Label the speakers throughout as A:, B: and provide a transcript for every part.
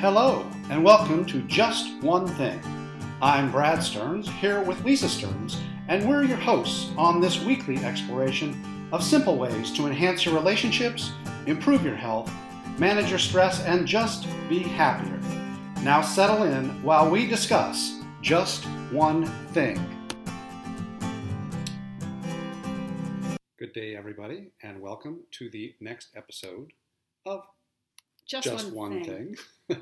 A: Hello, and welcome to Just One Thing. I'm Brad Stearns, here with Lisa Stearns, and we're your hosts on this weekly exploration of simple ways to enhance your relationships, improve your health, manage your stress, and just be happier. Now settle in while we discuss Just One Thing. Good day, everybody, and welcome to the next episode of
B: Just,
A: just one, thing.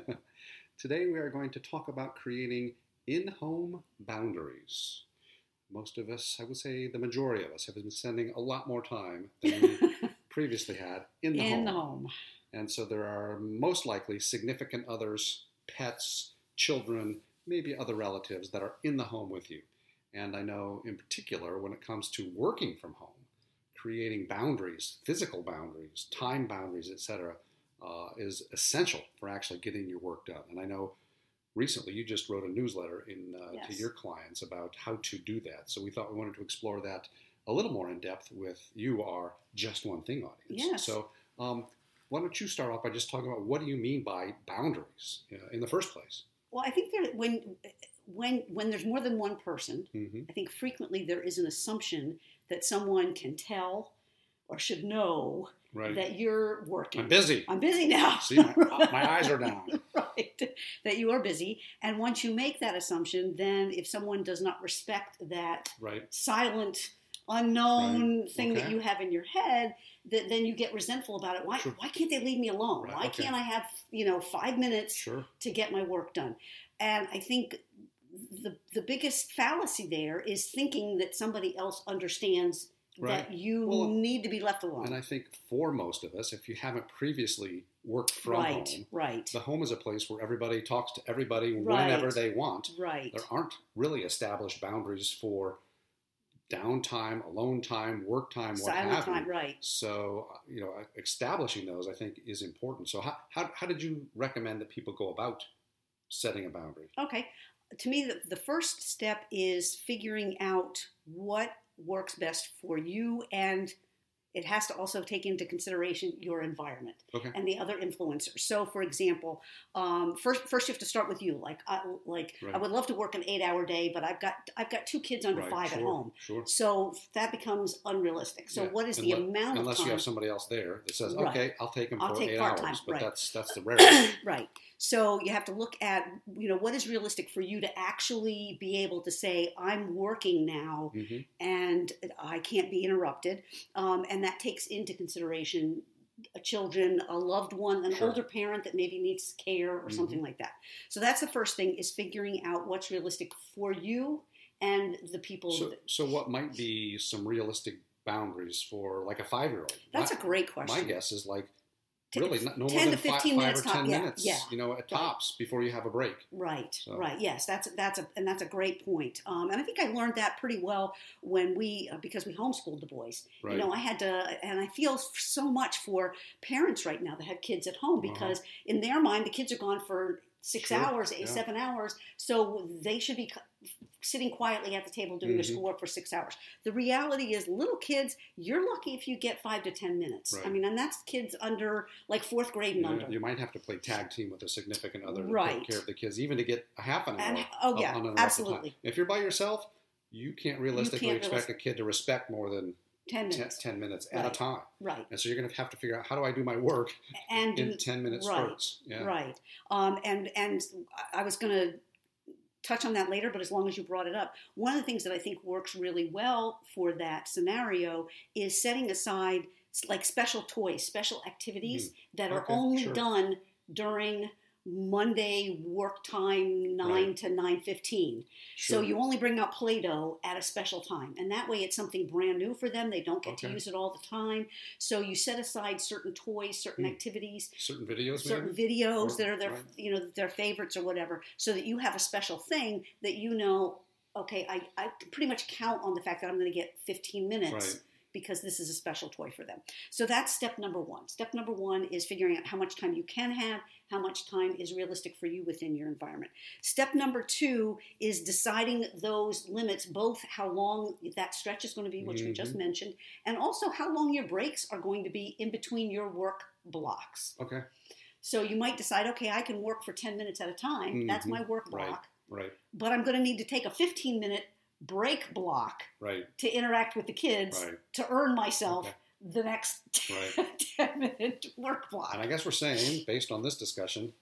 A: Today we are going to talk about creating in home boundaries. Most of us, I would say the majority of us, have been spending a lot more time than we previously had in the,
B: In
A: home.
B: the home.
A: And so there are most likely significant others, pets, children, maybe other relatives that are in the home with you. And I know in particular when it comes to working from home, creating boundaries, physical boundaries, time boundaries, etc., uh, is essential for actually getting your work done. And I know recently you just wrote a newsletter in uh, to
B: Yes.
A: your clients about how to do that. So we thought we wanted to explore that a little more in depth with you, our just one thing audience.
B: Yes.
A: So um, why don't you start off by just talking about what do you mean by boundaries you know, in the first place?
B: Well, I think there when when when there's more than one person,
A: Mm-hmm.
B: I think frequently there is an assumption that someone can tell or should know
A: Right.
B: that you're working.
A: I'm busy.
B: I'm busy now.
A: See, my, uh, my eyes are down.
B: right. That you are busy. And once you make that assumption, then if someone does not respect that
A: Right.
B: silent, unknown thing that
A: Okay.
B: you have in your head, that then you get resentful about it. Why,
A: Sure.
B: why can't they leave me alone?
A: Right,
B: Why
A: okay.
B: can't I have, you know, five minutes
A: Sure.
B: to get my work done. And I think the the biggest fallacy there is thinking that somebody else understands
A: Right.
B: that you
A: Well,
B: need to be left alone.
A: And I think for most of us, if you haven't previously worked from
B: right,
A: home,
B: right,
A: the home is a place where everybody talks to everybody
B: Right.
A: whenever they want.
B: right,
A: There aren't really established boundaries for downtime, alone time, work time, what
B: silent
A: have you.
B: time, right.
A: So, uh, you know, establishing those I think is important. So, how, how, how did you recommend that people go about setting a boundary?
B: Okay. To me, the, the first step is figuring out what works best for you, and it has to also take into consideration your environment
A: Okay.
B: and the other influencers. So, for example, um, first first you have to start with you. Like, I, like I
A: Right.
B: would love to work an eight hour day, but I've got I've got two kids under five
A: sure,
B: at home,
A: Sure.
B: so that becomes unrealistic. So,
A: Yeah,
B: what is the
A: unle-
B: amount
A: Unless
B: of
A: you
B: time?
A: have somebody else there that says,
B: Right.
A: "Okay, I'll take them
B: I'll
A: for
B: take
A: eight
B: part-time,
A: hours," but
B: right.
A: that's that's the rarity.
B: right. So you have to look at you know what is realistic for you to actually be able to say I'm working now
A: hmm
B: and I can't be interrupted, um, and that takes into consideration a children, a loved one, an
A: Sure.
B: older parent that maybe needs care or
A: Mhm.
B: something like that. So that's the first thing is figuring out what's realistic for you and the people.
A: So,
B: that,
A: so what might be some realistic boundaries for like a five-year-old?
B: that's
A: my,
B: a great question.
A: my guess is like
B: Ten-
A: really not, no
B: 10
A: more
B: to
A: than fi-
B: 15
A: five,
B: minutes
A: or ten
B: top- yeah,
A: minutes,
B: yeah.
A: you know, at tops before you have a break.
B: Right,
A: So-
B: right. Yes, that's that's a and that's a great point. Um, and I think I learned that pretty well when we uh, because we homeschooled the boys.
A: Right.
B: You know, I had to, and I feel so much for parents right now that have kids at home
A: Uh-huh.
B: because in their mind the kids are gone for six
A: Sure,
B: hours,
A: yeah.
B: eight, seven hours, so they should be c- sitting quietly at the table doing their
A: Mhm.
B: schoolwork for six hours. The reality is, little kids, you're lucky if you get five to ten minutes. I
A: Right.
B: mean, and that's kids under like fourth grade and
A: You, know,
B: under.
A: you might have to play tag team with a significant other to
B: Right.
A: take care of the kids, even to get a half an hour.
B: And oh
A: of
B: yeah,
A: uninterrupted time.
B: absolutely.
A: If you're by yourself, you can't realistically
B: can't
A: expect a kid to respect more than
B: Ten
A: 10,
B: minutes,
A: 10 minutes at
B: Right.
A: a time.
B: right?
A: And so you're going to have to figure out how do I do my work
B: And
A: in 10 minute
B: right,
A: spurts. Yeah.
B: Right. Um, and and I- I was going to touch on that later, but as long as you brought it up, one of the things that I think works really well for that scenario is setting aside s- like special toys, special activities that are
A: Mm-hmm. Okay,
B: only
A: sure.
B: done during Monday work time, nine
A: Right.
B: to nine fifteen. So
A: Sure.
B: you only bring out Play-Doh at a special time, and that way it's something brand new for them. They don't get to
A: Okay.
B: use it all the time. So you set aside certain toys, certain
A: Hmm.
B: activities,
A: Certain videos,
B: certain
A: maybe?
B: videos
A: Or-
B: that are their
A: right.
B: you know their favorites or whatever so that you have a special thing that you know okay i, I can pretty much count on the fact that i'm going to get 15 minutes
A: Right.
B: because this is a special toy for them so that's step number one step number one is figuring out how much time you can have how much time is realistic for you within your environment step number two is deciding those limits both how long that stretch is going to be which we
A: Mm-hmm.
B: just mentioned and also how long your breaks are going to be in between your work blocks
A: Okay.
B: So you might decide, okay, I can work for 10 minutes at a time. That's
A: Mhm.
B: my work block.
A: Right. Right.
B: But I'm going to need to take a 15 minute break block
A: Right.
B: to interact with the kids
A: Right.
B: to earn myself
A: Okay.
B: the next
A: Right.
B: 10 minute work block.
A: And I guess we're saying, based on this discussion,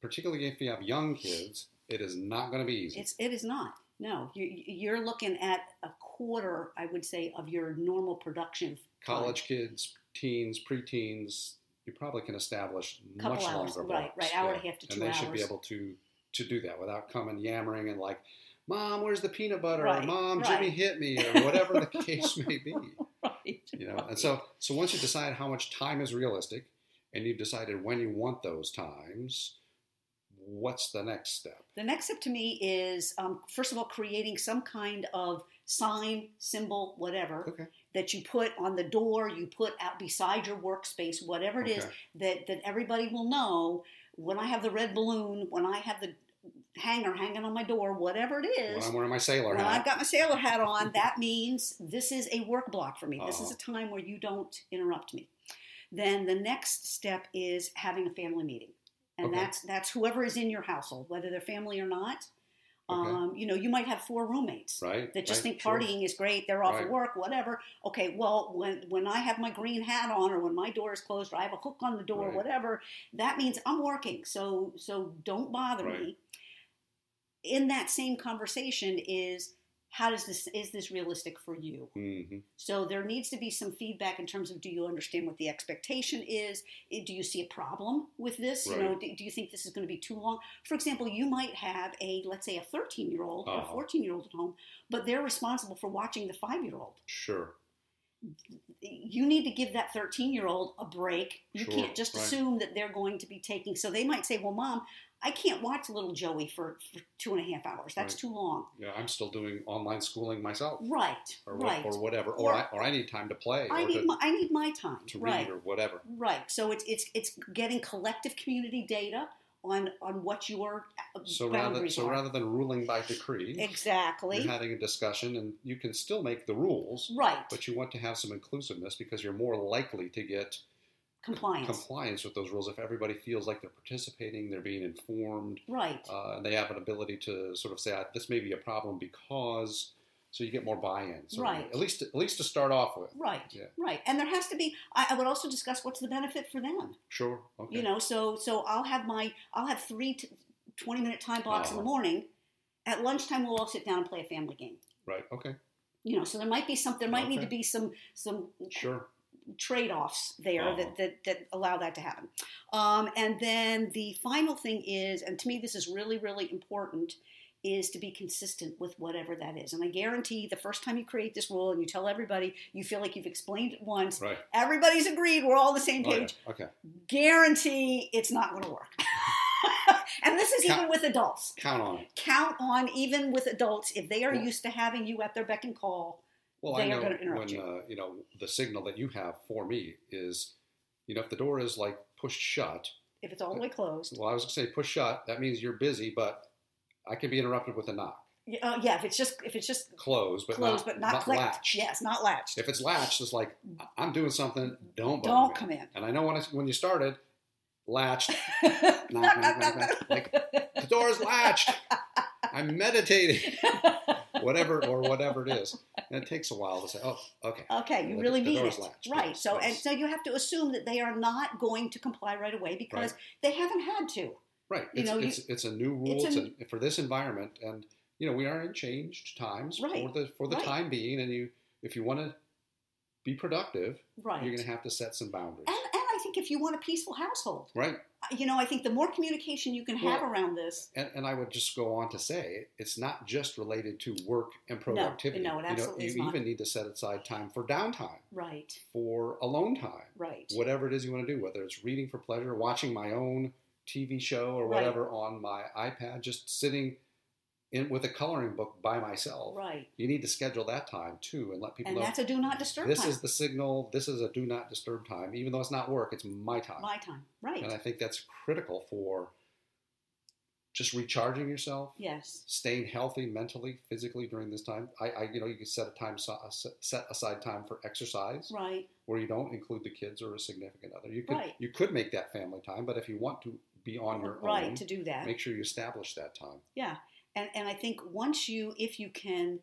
A: particularly if you have young kids, it is not going to be easy.
B: It's it is not. No, you, you're looking at a quarter, I would say, of your normal production.
A: College kids, teens, preteens, you probably can establish
B: Couple
A: much
B: hours,
A: longer
B: right,
A: blocks.
B: right, hour and a half to two
A: And they should be
B: hours.
A: able to to do that without coming yammering and like, "Mom, where's the peanut butter?"
B: Right,
A: or "Mom,
B: right.
A: Jimmy hit me," or whatever the case may be.
B: Right.
A: You know. And so, so once you decide how much time is realistic, and you've decided when you want those times, what's the next step?
B: The next step to me is, um, first of all, creating some kind of sign, symbol, whatever
A: Okay.
B: that you put on the door, you put out beside your workspace, whatever it is
A: Okay.
B: that that everybody will know. When I have the red balloon, when I have the hanger hanging on my door, whatever it is,
A: When I'm wearing my sailor
B: When I've
A: hat.
B: got my sailor hat on, that means this is a work block for me. This is
A: Uh-huh.
B: a time where you don't interrupt me. Then the next step is having a family meeting, and
A: Okay.
B: that's that's whoever is in your household, whether they're family or not.
A: Okay.
B: Um, you know, you might have four roommates
A: right.
B: that just
A: right,
B: think
A: sure.
B: partying is great. They're off
A: Right.
B: of work, whatever. Okay, well, when when I have my green hat on, or when my door is closed, or I have a hook on the door,
A: Right.
B: whatever, that means I'm working. So so don't bother
A: Right.
B: me. In that same conversation is how does this is this realistic for you?
A: Mhm.
B: So there needs to be some feedback in terms of do you understand what the expectation is? Eh, Do you see a problem with this? You know,
A: Right.
B: do, do you think this is going to be too long? For example, you might have a let's say a 13 year old or a
A: Uh-huh.
B: 14 year old at home, but they're responsible for watching the five year old.
A: Sure.
B: You need to give that 13 year old a break. You
A: Sure,
B: can't just
A: right.
B: assume that they're going to be taking. So they might say, well, mom, I can't watch little Joey for, for two and a half hours. That's
A: Right.
B: too long.
A: Yeah, I'm still doing online schooling myself,
B: Right.
A: or what-
B: right.
A: or whatever, or,
B: Or-
A: I, or I need time to play,
B: I
A: or
B: need
A: to,
B: my, I need my time.
A: to read,
B: right.
A: or whatever.
B: Right. So it's it's it's getting collective community data on on what your uh,
A: So rather,
B: boundaries
A: so
B: are.
A: rather than ruling by decree,
B: exactly.
A: you're having a discussion, and you can still make the rules,
B: right.
A: but you want to have some inclusiveness because you're more likely to get
B: Compliance.
A: compliance with those rules if everybody feels like they're participating, they're being informed,
B: right.
A: uh, and they have an ability to sort of say, "Ah, "This may be a problem because," so you get more buy-in. So
B: Right.
A: At least, at least to start off with.
B: right.
A: yeah.
B: Right. And there has to be. I, I would also discuss what's the benefit for them.
A: Sure. Okay.
B: You know. So so I'll have my I'll have three t- twenty minute time blocks in the
A: Uh-huh.
B: morning. At lunchtime, we'll all sit down and play a family game.
A: Right. Okay.
B: You know, so there might be some. There might need
A: Okay.
B: to be some some
A: Sure.
B: trade-offs there
A: Uh-huh.
B: that, that that allow that to happen. Um, and then the final thing is, and to me this is really really important, is to be consistent with whatever that is. And I guarantee the first time you create this rule and you tell everybody, you feel like you've explained it once.
A: Right.
B: Everybody's agreed. We're all on the same
A: Oh, yeah.
B: page.
A: Okay.
B: Guarantee it's not going to work. and this is
A: Count-
B: even with adults.
A: Count on it.
B: Count on even with adults if they are
A: Well-
B: used to having you at their beck and call.
A: Well,
B: They
A: I
B: are
A: know
B: gonna interrupt
A: when
B: you.
A: Uh, you know the signal that you have for me is, you know, if the door is like pushed shut.
B: If it's all the way closed,
A: Well, I was gonna say push shut. That means you're busy, but I can be interrupted with a knock.
B: yeah, uh, yeah. If it's just if it's just
A: Close, but
B: closed
A: not,
B: but not, clicked.
A: latched.
B: Yes, not latched.
A: If it's latched, it's like I- I'm doing something. Don't bother
B: Don't
A: me.
B: come in.
A: And I know when I, when you started, latched.
B: knock,
A: knock, knock, knock. Like the door is latched. I'm meditating, whatever or whatever it is. And it takes a while to say, oh, okay.
B: okay, you
A: The-
B: really
A: the
B: mean
A: door's
B: it,
A: latched,
B: right?
A: yes,
B: so and
A: yes.
B: so you have to assume that they are not going to comply right away because they haven't had to.
A: Right.
B: You
A: It's,
B: know, you-
A: it's, it's a new rule
B: it's
A: it's
B: a-
A: a- for this environment, and you know we are in changed times
B: Right,
A: for the for the
B: right.
A: time being. And you, if you want to be productive,
B: Right.
A: you're going to have to set some boundaries.
B: and, and I think if you want a peaceful household,
A: right.
B: uh, you know, I think the more communication you can have
A: Well,
B: around this,
A: And, and I would just go on to say it's not just related to work and productivity.
B: no, it
A: You know,
B: absolutely
A: you
B: is not.
A: even need to set aside time for downtime,
B: right,
A: for alone time.
B: right,
A: whatever it is you want to do, whether it's reading for pleasure, watching my own TV show or
B: Right.
A: whatever on my iPad, just sitting in with a coloring book by myself.
B: right,
A: You need to schedule that time too and let people
B: and
A: know
B: that's a do not disturb
A: this
B: time.
A: is the signal, this is a do not disturb time. Even though it's not work, it's my time.
B: my time, right,
A: and I think that's critical for just recharging yourself,
B: Yes.
A: staying healthy mentally, physically during this time. I, I you know, you can set a time so- set aside time for exercise
B: Right.
A: where you don't include the kids or a significant other. You could
B: Right.
A: you could make that family time, but if you want to be on your
B: Right
A: own,
B: to do that.
A: make sure you establish that time.
B: Yeah. And, and I think once you, if you can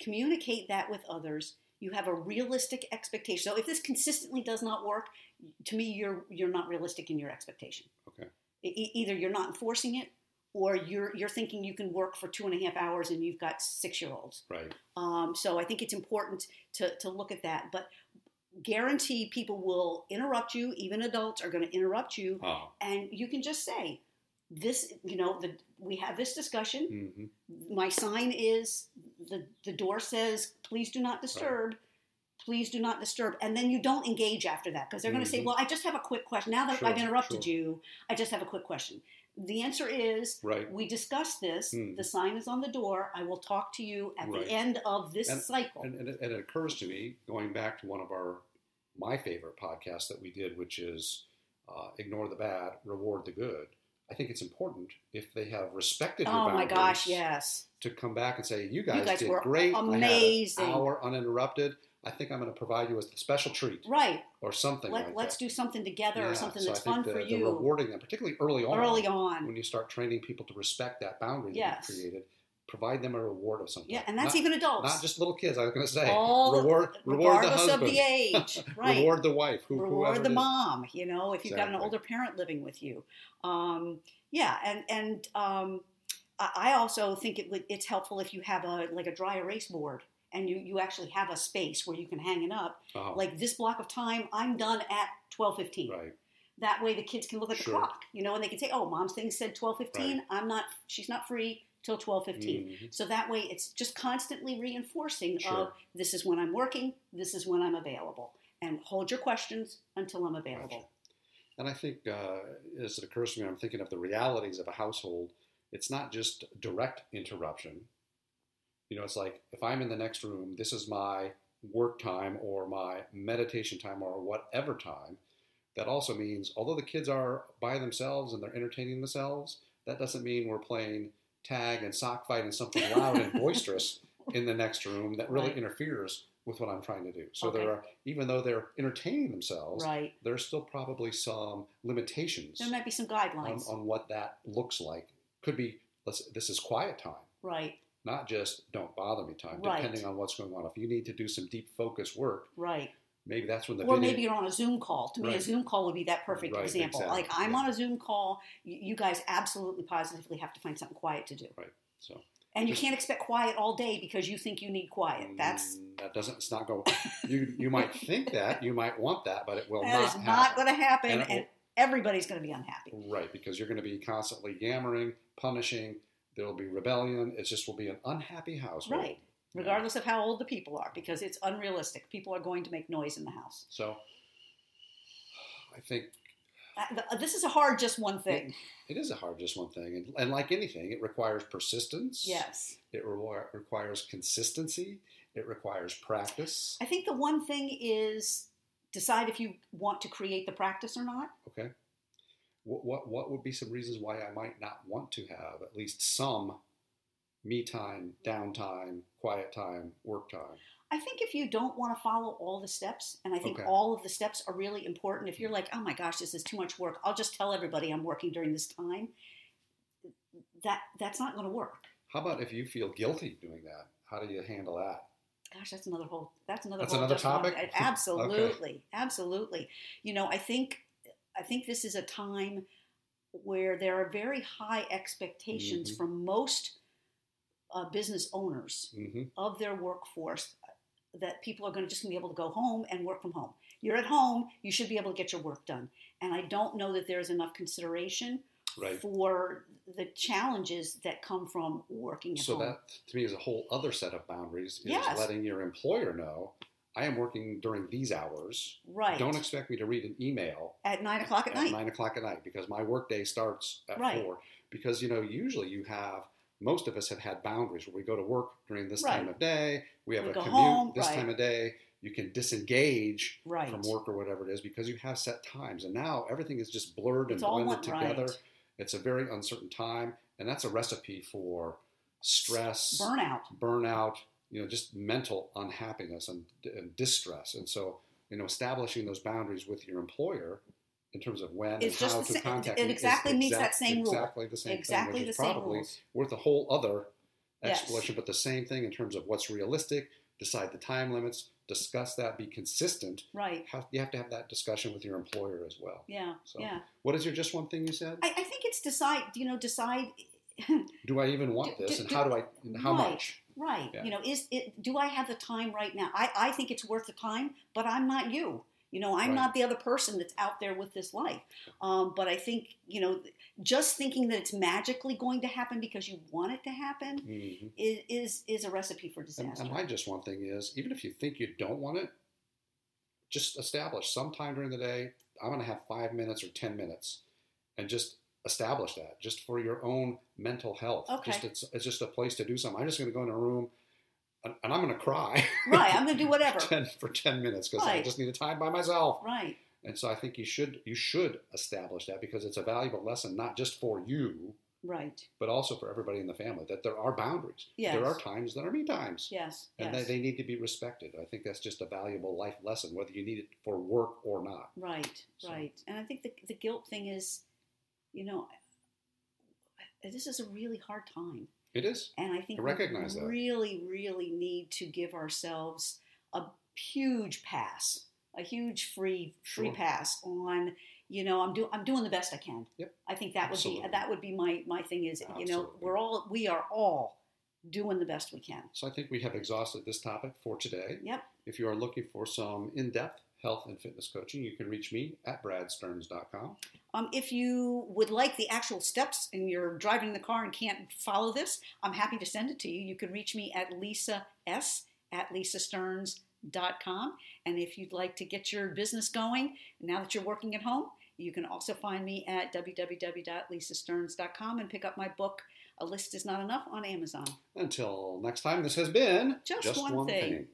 B: communicate that with others, you have a realistic expectation. So if this consistently does not work, to me, you're you're not realistic in your expectation.
A: Okay.
B: E- e- either you're not enforcing it, or you're you're thinking you can work for two and a half hours and you've got six year olds.
A: Right.
B: Um, so I think it's important to, to look at that. But guarantee people will interrupt you, even adults are going to interrupt you.
A: Oh.
B: And you can just say, this, you know, the, we have this discussion.
A: hmm
B: My sign is the, the door says, please do not disturb. Please do not disturb. And then you don't engage after that because they're going to say,
A: Mhm.
B: well, I just have a quick question. Now that
A: Sure,
B: I've interrupted
A: sure.
B: you, I just have a quick question. The answer is
A: Right.
B: we discussed this.
A: Hmm.
B: The sign is on the door. I will talk to you at
A: Right.
B: the end of this
A: And-
B: cycle.
A: And, and, it, and it occurs to me, going back to one of our my favorite podcasts that we did, which is uh, "Ignore the Bad, Reward the Good." I think it's important if they have respected your
B: oh my
A: boundaries
B: gosh, yes.
A: to come back and say, "You guys,
B: guys
A: did
B: were
A: great,
B: amazing."
A: I had an hour uninterrupted. I think I'm going to provide you with a special treat
B: Right.
A: or something
B: Let,
A: like
B: let's
A: that."
B: do something together
A: Yeah,
B: or something
A: so
B: that's
A: I think
B: fun
A: the,
B: for
A: The
B: you
A: rewarding them, particularly early on,
B: early on.
A: when you start training people to respect that boundary
B: Yes.
A: that you created, provide them a reward of something.
B: Yeah, and that's
A: not,
B: even adults.
A: not just little kids. I was going to say,
B: All the-
A: reward, reward the
B: regardless
A: husband.
B: of the age. Right.
A: Reward the wife. Who, whoever
B: reward the
A: it is.
B: mom you know if you've got an
A: Exactly.
B: older parent living with you um, yeah and and um, i I also think it would, it's helpful if you have a like a dry erase board and you you actually have a space where you can hang it up
A: Uh-huh.
B: like this block of time i'm done at 12.15
A: right.
B: that way the kids can look at
A: Sure.
B: the clock you know and they can say oh mom's thing said 12.15 i'm not she's not free till 12.15
A: Mhm.
B: so that way, it's just constantly reinforcing of
A: Sure.
B: this is when I'm working, this is when I'm available, and hold your questions until I'm available.
A: And I think, uh, as it occurs to me, I'm thinking of the realities of a household. It's not just direct interruption. You know, it's like if I'm in the next room, this is my work time or my meditation time or whatever time. That also means, although the kids are by themselves and they're entertaining themselves, that doesn't mean we're playing tag and sock fight and something loud and boisterous in the next room that really
B: Right.
A: interferes with what I'm trying to do. So
B: Okay.
A: there are, even though they're entertaining themselves,
B: Right.
A: there's still probably some limitations
B: There
A: on,
B: might be some
A: on
B: guidelines.
A: what that looks like. Could be let's, this is quiet time,
B: Right,
A: not just don't bother me time.
B: Right.
A: Depending on what's going on, if you need to do some deep focus work,
B: right.
A: maybe that's when the
B: Or
A: video.
B: maybe you're on a Zoom call. To me, a
A: Right.
B: Zoom call would be that perfect
A: Right,
B: example.
A: exactly,
B: Like, I'm
A: yeah.
B: on a Zoom call, you, you guys absolutely positively have to find something quiet to do.
A: so
B: And you can't expect quiet all day because you think you need quiet. That's.
A: mm, that doesn't. It's not going. you you might think that you might want that, but it will
B: That
A: not
B: is not
A: happen.
B: going to happen,
A: And
B: and,
A: it will-
B: everybody's going to be unhappy.
A: right, because you're going to be constantly yammering, punishing. There will be rebellion. It just will be an unhappy household.
B: Right. regardless of how old the people are, because it's unrealistic. People are going to make noise in the house.
A: So I think
B: Uh, th- This is a hard just one thing.
A: It is a hard just one thing, and, and like anything, it requires persistence.
B: Yes.
A: It re- requires consistency. It requires practice.
B: I think the one thing is decide if you want to create the practice or not.
A: Okay. What what what would be some reasons why I might not want to have at least some me time, downtime, quiet time, work time?
B: I think if you don't want to follow all the steps, and I think
A: Okay.
B: all of the steps are really important, if you're like, oh my gosh, this is too much work, I'll just tell everybody I'm working during this time. That that's not going to work.
A: How about if you feel guilty doing that? How do you handle that?
B: gosh, that's another whole. That's another.
A: That's
B: whole
A: another
B: just one.
A: topic?
B: A- Absolutely, absolutely. You know, I think, I think this is a time where there are very high expectations
A: Mhm.
B: from most uh, business owners
A: hmm
B: of their workforce uh, that people are going to just be able to go home and work from home. You're at home, you should be able to get your work done. And I don't know that there's enough consideration
A: Right.
B: for the challenges that come from working at
A: So
B: home.
A: that to me is a whole other set of boundaries. Is
B: Yes.
A: letting your employer know I am working during these hours.
B: right.
A: Don't expect me to read an email
B: at nine o'clock at, night.
A: nine o'clock at night because my workday starts at
B: Right.
A: four. Because you know, usually you have most of us have had boundaries where we go to work during this time
B: Right.
A: of day. We have
B: We
A: a
B: go
A: commute
B: home,
A: this
B: right.
A: time of day. You can disengage
B: Right.
A: from work or whatever it is because you have set times. And now everything is just blurred
B: It's
A: and
B: all
A: blended
B: one-
A: together.
B: right.
A: It's a very uncertain time. And that's a recipe for stress,
B: burnout.
A: burnout, you know, just mental unhappiness and, and distress. And so, you know, establishing those boundaries with your employer in terms of when and
B: It's just
A: how
B: the
A: to
B: sa-
A: contact
B: it
A: you
B: exactly
A: is
B: meets that same rule.
A: Exactly the same
B: Exactly
A: thing,
B: the
A: which is
B: same
A: probably
B: rules.
A: worth a whole other
B: Yes.
A: explanation, but the same thing in terms of what's realistic, decide the time limits, discuss that, be consistent.
B: Right.
A: Have, you have to have that discussion with your employer as well.
B: Yeah.
A: So-
B: Yeah.
A: What is your just one thing you said?
B: I, I think it's decide. You know, decide.
A: do I even want
B: Do-
A: this,
B: do-
A: and
B: do-
A: how do I? And how
B: Right.
A: much?
B: Right.
A: Yeah.
B: You know, is it? Do I have the time right now? I I think it's worth the time, but I'm not you. You know, I'm
A: Right.
B: not the other person that's out there with this life. Um, but I think you know, just thinking that it's magically going to happen because you want it to happen
A: Mhm.
B: is is, is a recipe for
A: And,
B: disaster.
A: and my just one thing is, even if you think you don't want it, just establish sometime during the day, I'm going to have five minutes or 10 minutes and just establish that just for your own mental health.
B: Okay.
A: Just, it's, it's just a place to do something. I'm just going to go in a room and, and I'm going to cry
B: right. I'm going to do whatever.
A: 10, for 10 minutes because I
B: Right.
A: just need a time by myself.
B: Right.
A: And so I think you should, you should establish that because it's a valuable lesson, not just for you,
B: Right.
A: but also for everybody in the family that there are boundaries.
B: Yes.
A: There are times that are me times
B: Yes.
A: and
B: yes.
A: they, they need to be respected. I think that's just a valuable life lesson, whether you need it for work or not.
B: Right,
A: So-
B: right. And I think the, the guilt thing is, you know, this is a really hard time.
A: It is.
B: And I think
A: I recognize
B: we
A: that.
B: really, really need to give ourselves a huge pass, a huge free free
A: Sure.
B: pass on, you know, I'm doing I'm doing the best I can.
A: Yep.
B: I think that
A: Absolutely.
B: would be that would be my my thing is, you know,
A: Absolutely.
B: we're all we are all doing the best we can.
A: So I think we have exhausted this topic for today.
B: Yep.
A: If you are looking for some in depth health and fitness coaching, you can reach me at bradstearns.com.
B: Um, if you would like the actual steps and you're driving the car and can't follow this, I'm happy to send it to you. You can reach me at Lisa S at lisasterns.com. And if you'd like to get your business going now that you're working at home, you can also find me at www.lisasterns.com and pick up my book, A List Is Not Enough, on Amazon.
A: Until next time, this has been
B: Just One Thing.